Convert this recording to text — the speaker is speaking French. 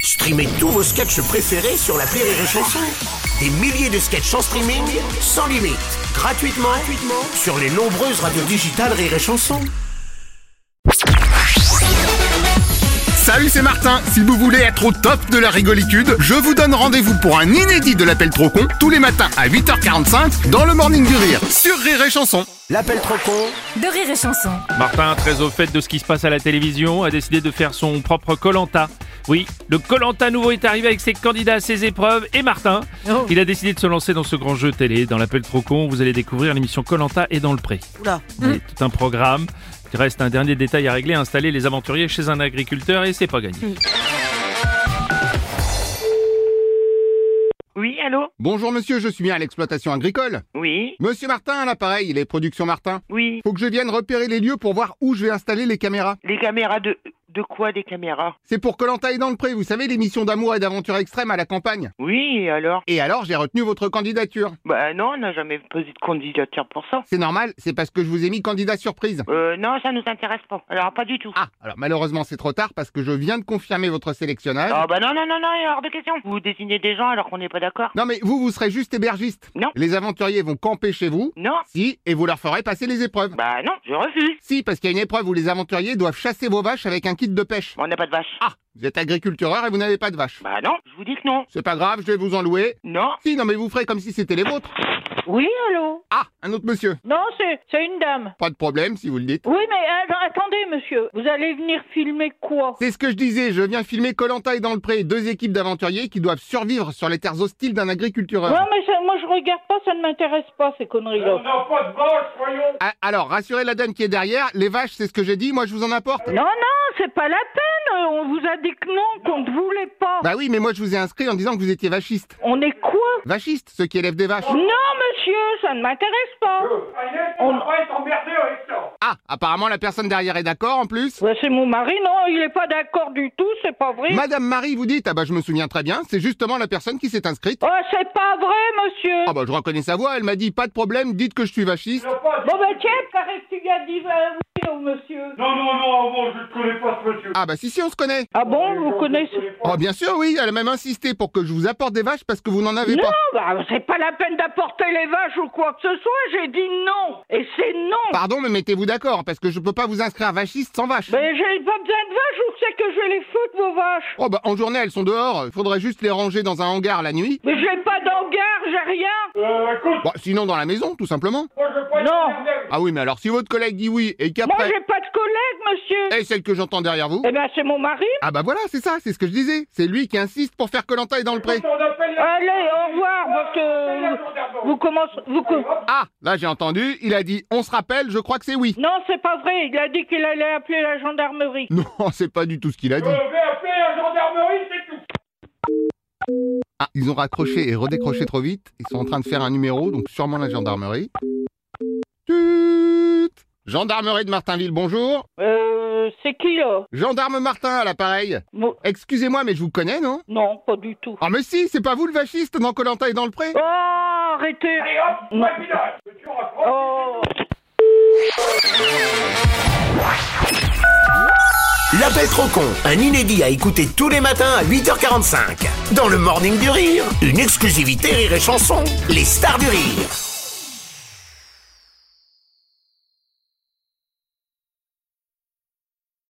Streamez tous vos sketchs préférés sur la Rire et Chanson. Des milliers de sketchs en streaming, sans limite, gratuitement, gratuitement sur les nombreuses radios digitales Rire et Chanson. Salut, c'est Martin. Si vous voulez être au top de la rigolitude, je vous donne rendez-vous pour un inédit de l'appel trop con tous les matins à 8h45 dans le Morning du Rire sur Rire et Chanson. L'appel trop con de rire et chanson. Martin, très au fait de ce qui se passe à la télévision, a décidé de faire son propre Colanta. Oui, le Colanta nouveau est arrivé avec ses candidats à ses épreuves et Martin. Il a décidé de se lancer dans ce grand jeu télé. Dans l'appel trop con, vous allez découvrir l'émission Colanta et dans le pré. Oui, Tout un programme. Il reste un dernier détail à régler, installer les aventuriers chez un agriculteur et c'est pas gagné. Oui, allô Bonjour monsieur, je suis bien à l'exploitation agricole. Oui, Monsieur Martin à l'appareil, les productions Martin. oui. Faut que je vienne repérer les lieux pour voir où je vais installer les caméras. Les caméras de... De quoi des caméras C'est pour Colanta et dans le pré, vous savez, l'émission d'amour et d'aventure extrême à la campagne. Oui, et alors Et alors, j'ai retenu votre candidature. Bah non, on n'a jamais posé de candidature pour ça. C'est normal, c'est parce que je vous ai mis candidat surprise. Euh, non, ça nous intéresse pas. Alors, pas du tout. Ah, alors malheureusement c'est trop tard parce que je viens de confirmer votre sélectionnage. Ah bah non, non, non, non, il est hors de question. Vous désignez des gens alors qu'on n'est pas d'accord Non mais vous, vous serez juste hébergiste. Non. Les aventuriers vont camper chez vous. Non, Si, et vous leur ferez passer les épreuves. bah non, je refuse. Si, parce qu'il y a une épreuve où les aventuriers doivent chasser vos vaches avec un kit de pêche. On n'a pas de vache. Ah, vous êtes agriculteur et vous n'avez pas de vaches. Bah non, je vous dis que non. C'est pas grave, je vais vous en louer. Non. Si, non mais vous ferez comme si c'était les vôtres. Oui, allô Ah, un autre monsieur. Non, c'est c'est une dame. Pas de problème si vous le dites. Oui, mais alors, attendez, monsieur. Vous allez venir filmer quoi C'est ce que je disais, je viens filmer Colanta et dans le pré, deux équipes d'aventuriers qui doivent survivre sur les terres hostiles d'un agriculteur. Non, mais ça- moi, je regarde pas, ça ne m'intéresse pas, ces conneries-là. Ah, Alors, rassurez la dame qui est derrière, les vaches, c'est ce que j'ai dit, moi je vous en apporte. Non, non, c'est pas la peine. euh, On vous a dit que non, qu'on ne voulait pas. Bah oui, mais moi je vous ai inscrit en disant que vous étiez vachiste. On est quoi Vachiste, ceux qui élèvent des vaches. Non, monsieur, ça ne m'intéresse pas. On va être emmerdé avec ça. Ah, apparemment la personne derrière est d'accord en plus. Bah, c'est mon mari, non, il n'est pas d'accord du tout, c'est pas vrai. Madame Marie, vous dites, ah bah je me souviens très bien, c'est justement la personne qui s'est inscrite. Oh, c'est pas vrai, monsieur. Ah bah je reconnais sa voix, elle m'a dit, pas de problème, dites que je suis vachiste. Bon, bah, tiens, paraît que tu lui as dit euh, oui au monsieur. Non, non, non, bon, je ne connais pas ce monsieur. Ah bah si, si, on se connaît. Ah bon, vous connaissez Oh bien sûr, oui, elle a même insisté pour que je vous apporte des vaches parce que vous n'en avez Non, pas. bah, c'est pas la peine d'apporter les vaches ou quoi que ce soit, j'ai dit non. Et c'est non. Pardon, mais mettez-vous d'accord, parce que je peux pas vous inscrire vachiste sans vache. Mais j'ai pas besoin de vaches, où c'est que je vais les foutre, vos vaches Oh bah en journée, elles sont dehors, il faudrait juste les ranger dans un hangar la nuit. Mais j'ai pas d'hangar, j'ai rien. Euh, écoute, Bah sinon dans la maison, tout simplement. moi, je ne pas être Non. emmerdé avec Ah oui, mais alors si votre collègue dit oui et Moi, qu'après... j'ai pas de collègues, monsieur. Et celle que j'entends derrière vous Eh ben, c'est mon mari. Ah bah voilà, c'est ça, c'est ce que je disais. C'est lui qui insiste pour faire Colanta et dans le pré. ça. On appelle la... Allez, au revoir, parce que Ah. vous, vous commencez... Vous, co- Ah, là j'ai entendu, il a dit on se rappelle, je crois que c'est oui. non, c'est pas vrai, il a dit qu'il allait appeler la gendarmerie. Non, c'est pas du tout ce qu'il a dit. Je vais appeler la gendarmerie, c'est tout. Ah, ils ont raccroché et redécroché trop vite. Ils sont en train de faire un numéro, donc sûrement la gendarmerie. Tut Gendarmerie de Martinville, bonjour. Euh, c'est qui, là Gendarme Martin à l'appareil. Mo- Excusez-moi, mais je vous connais, non Non, pas du tout. Ah mais si, c'est pas vous le fasciste dans Colanta et dans le pré Oh, arrêtez Et hop, rapidage. Tu raccroches. Oh L'appel trop con, un inédit à écouter tous les matins à 8h45. Dans le Morning du Rire, une exclusivité Rire et Chanson, les stars du rire.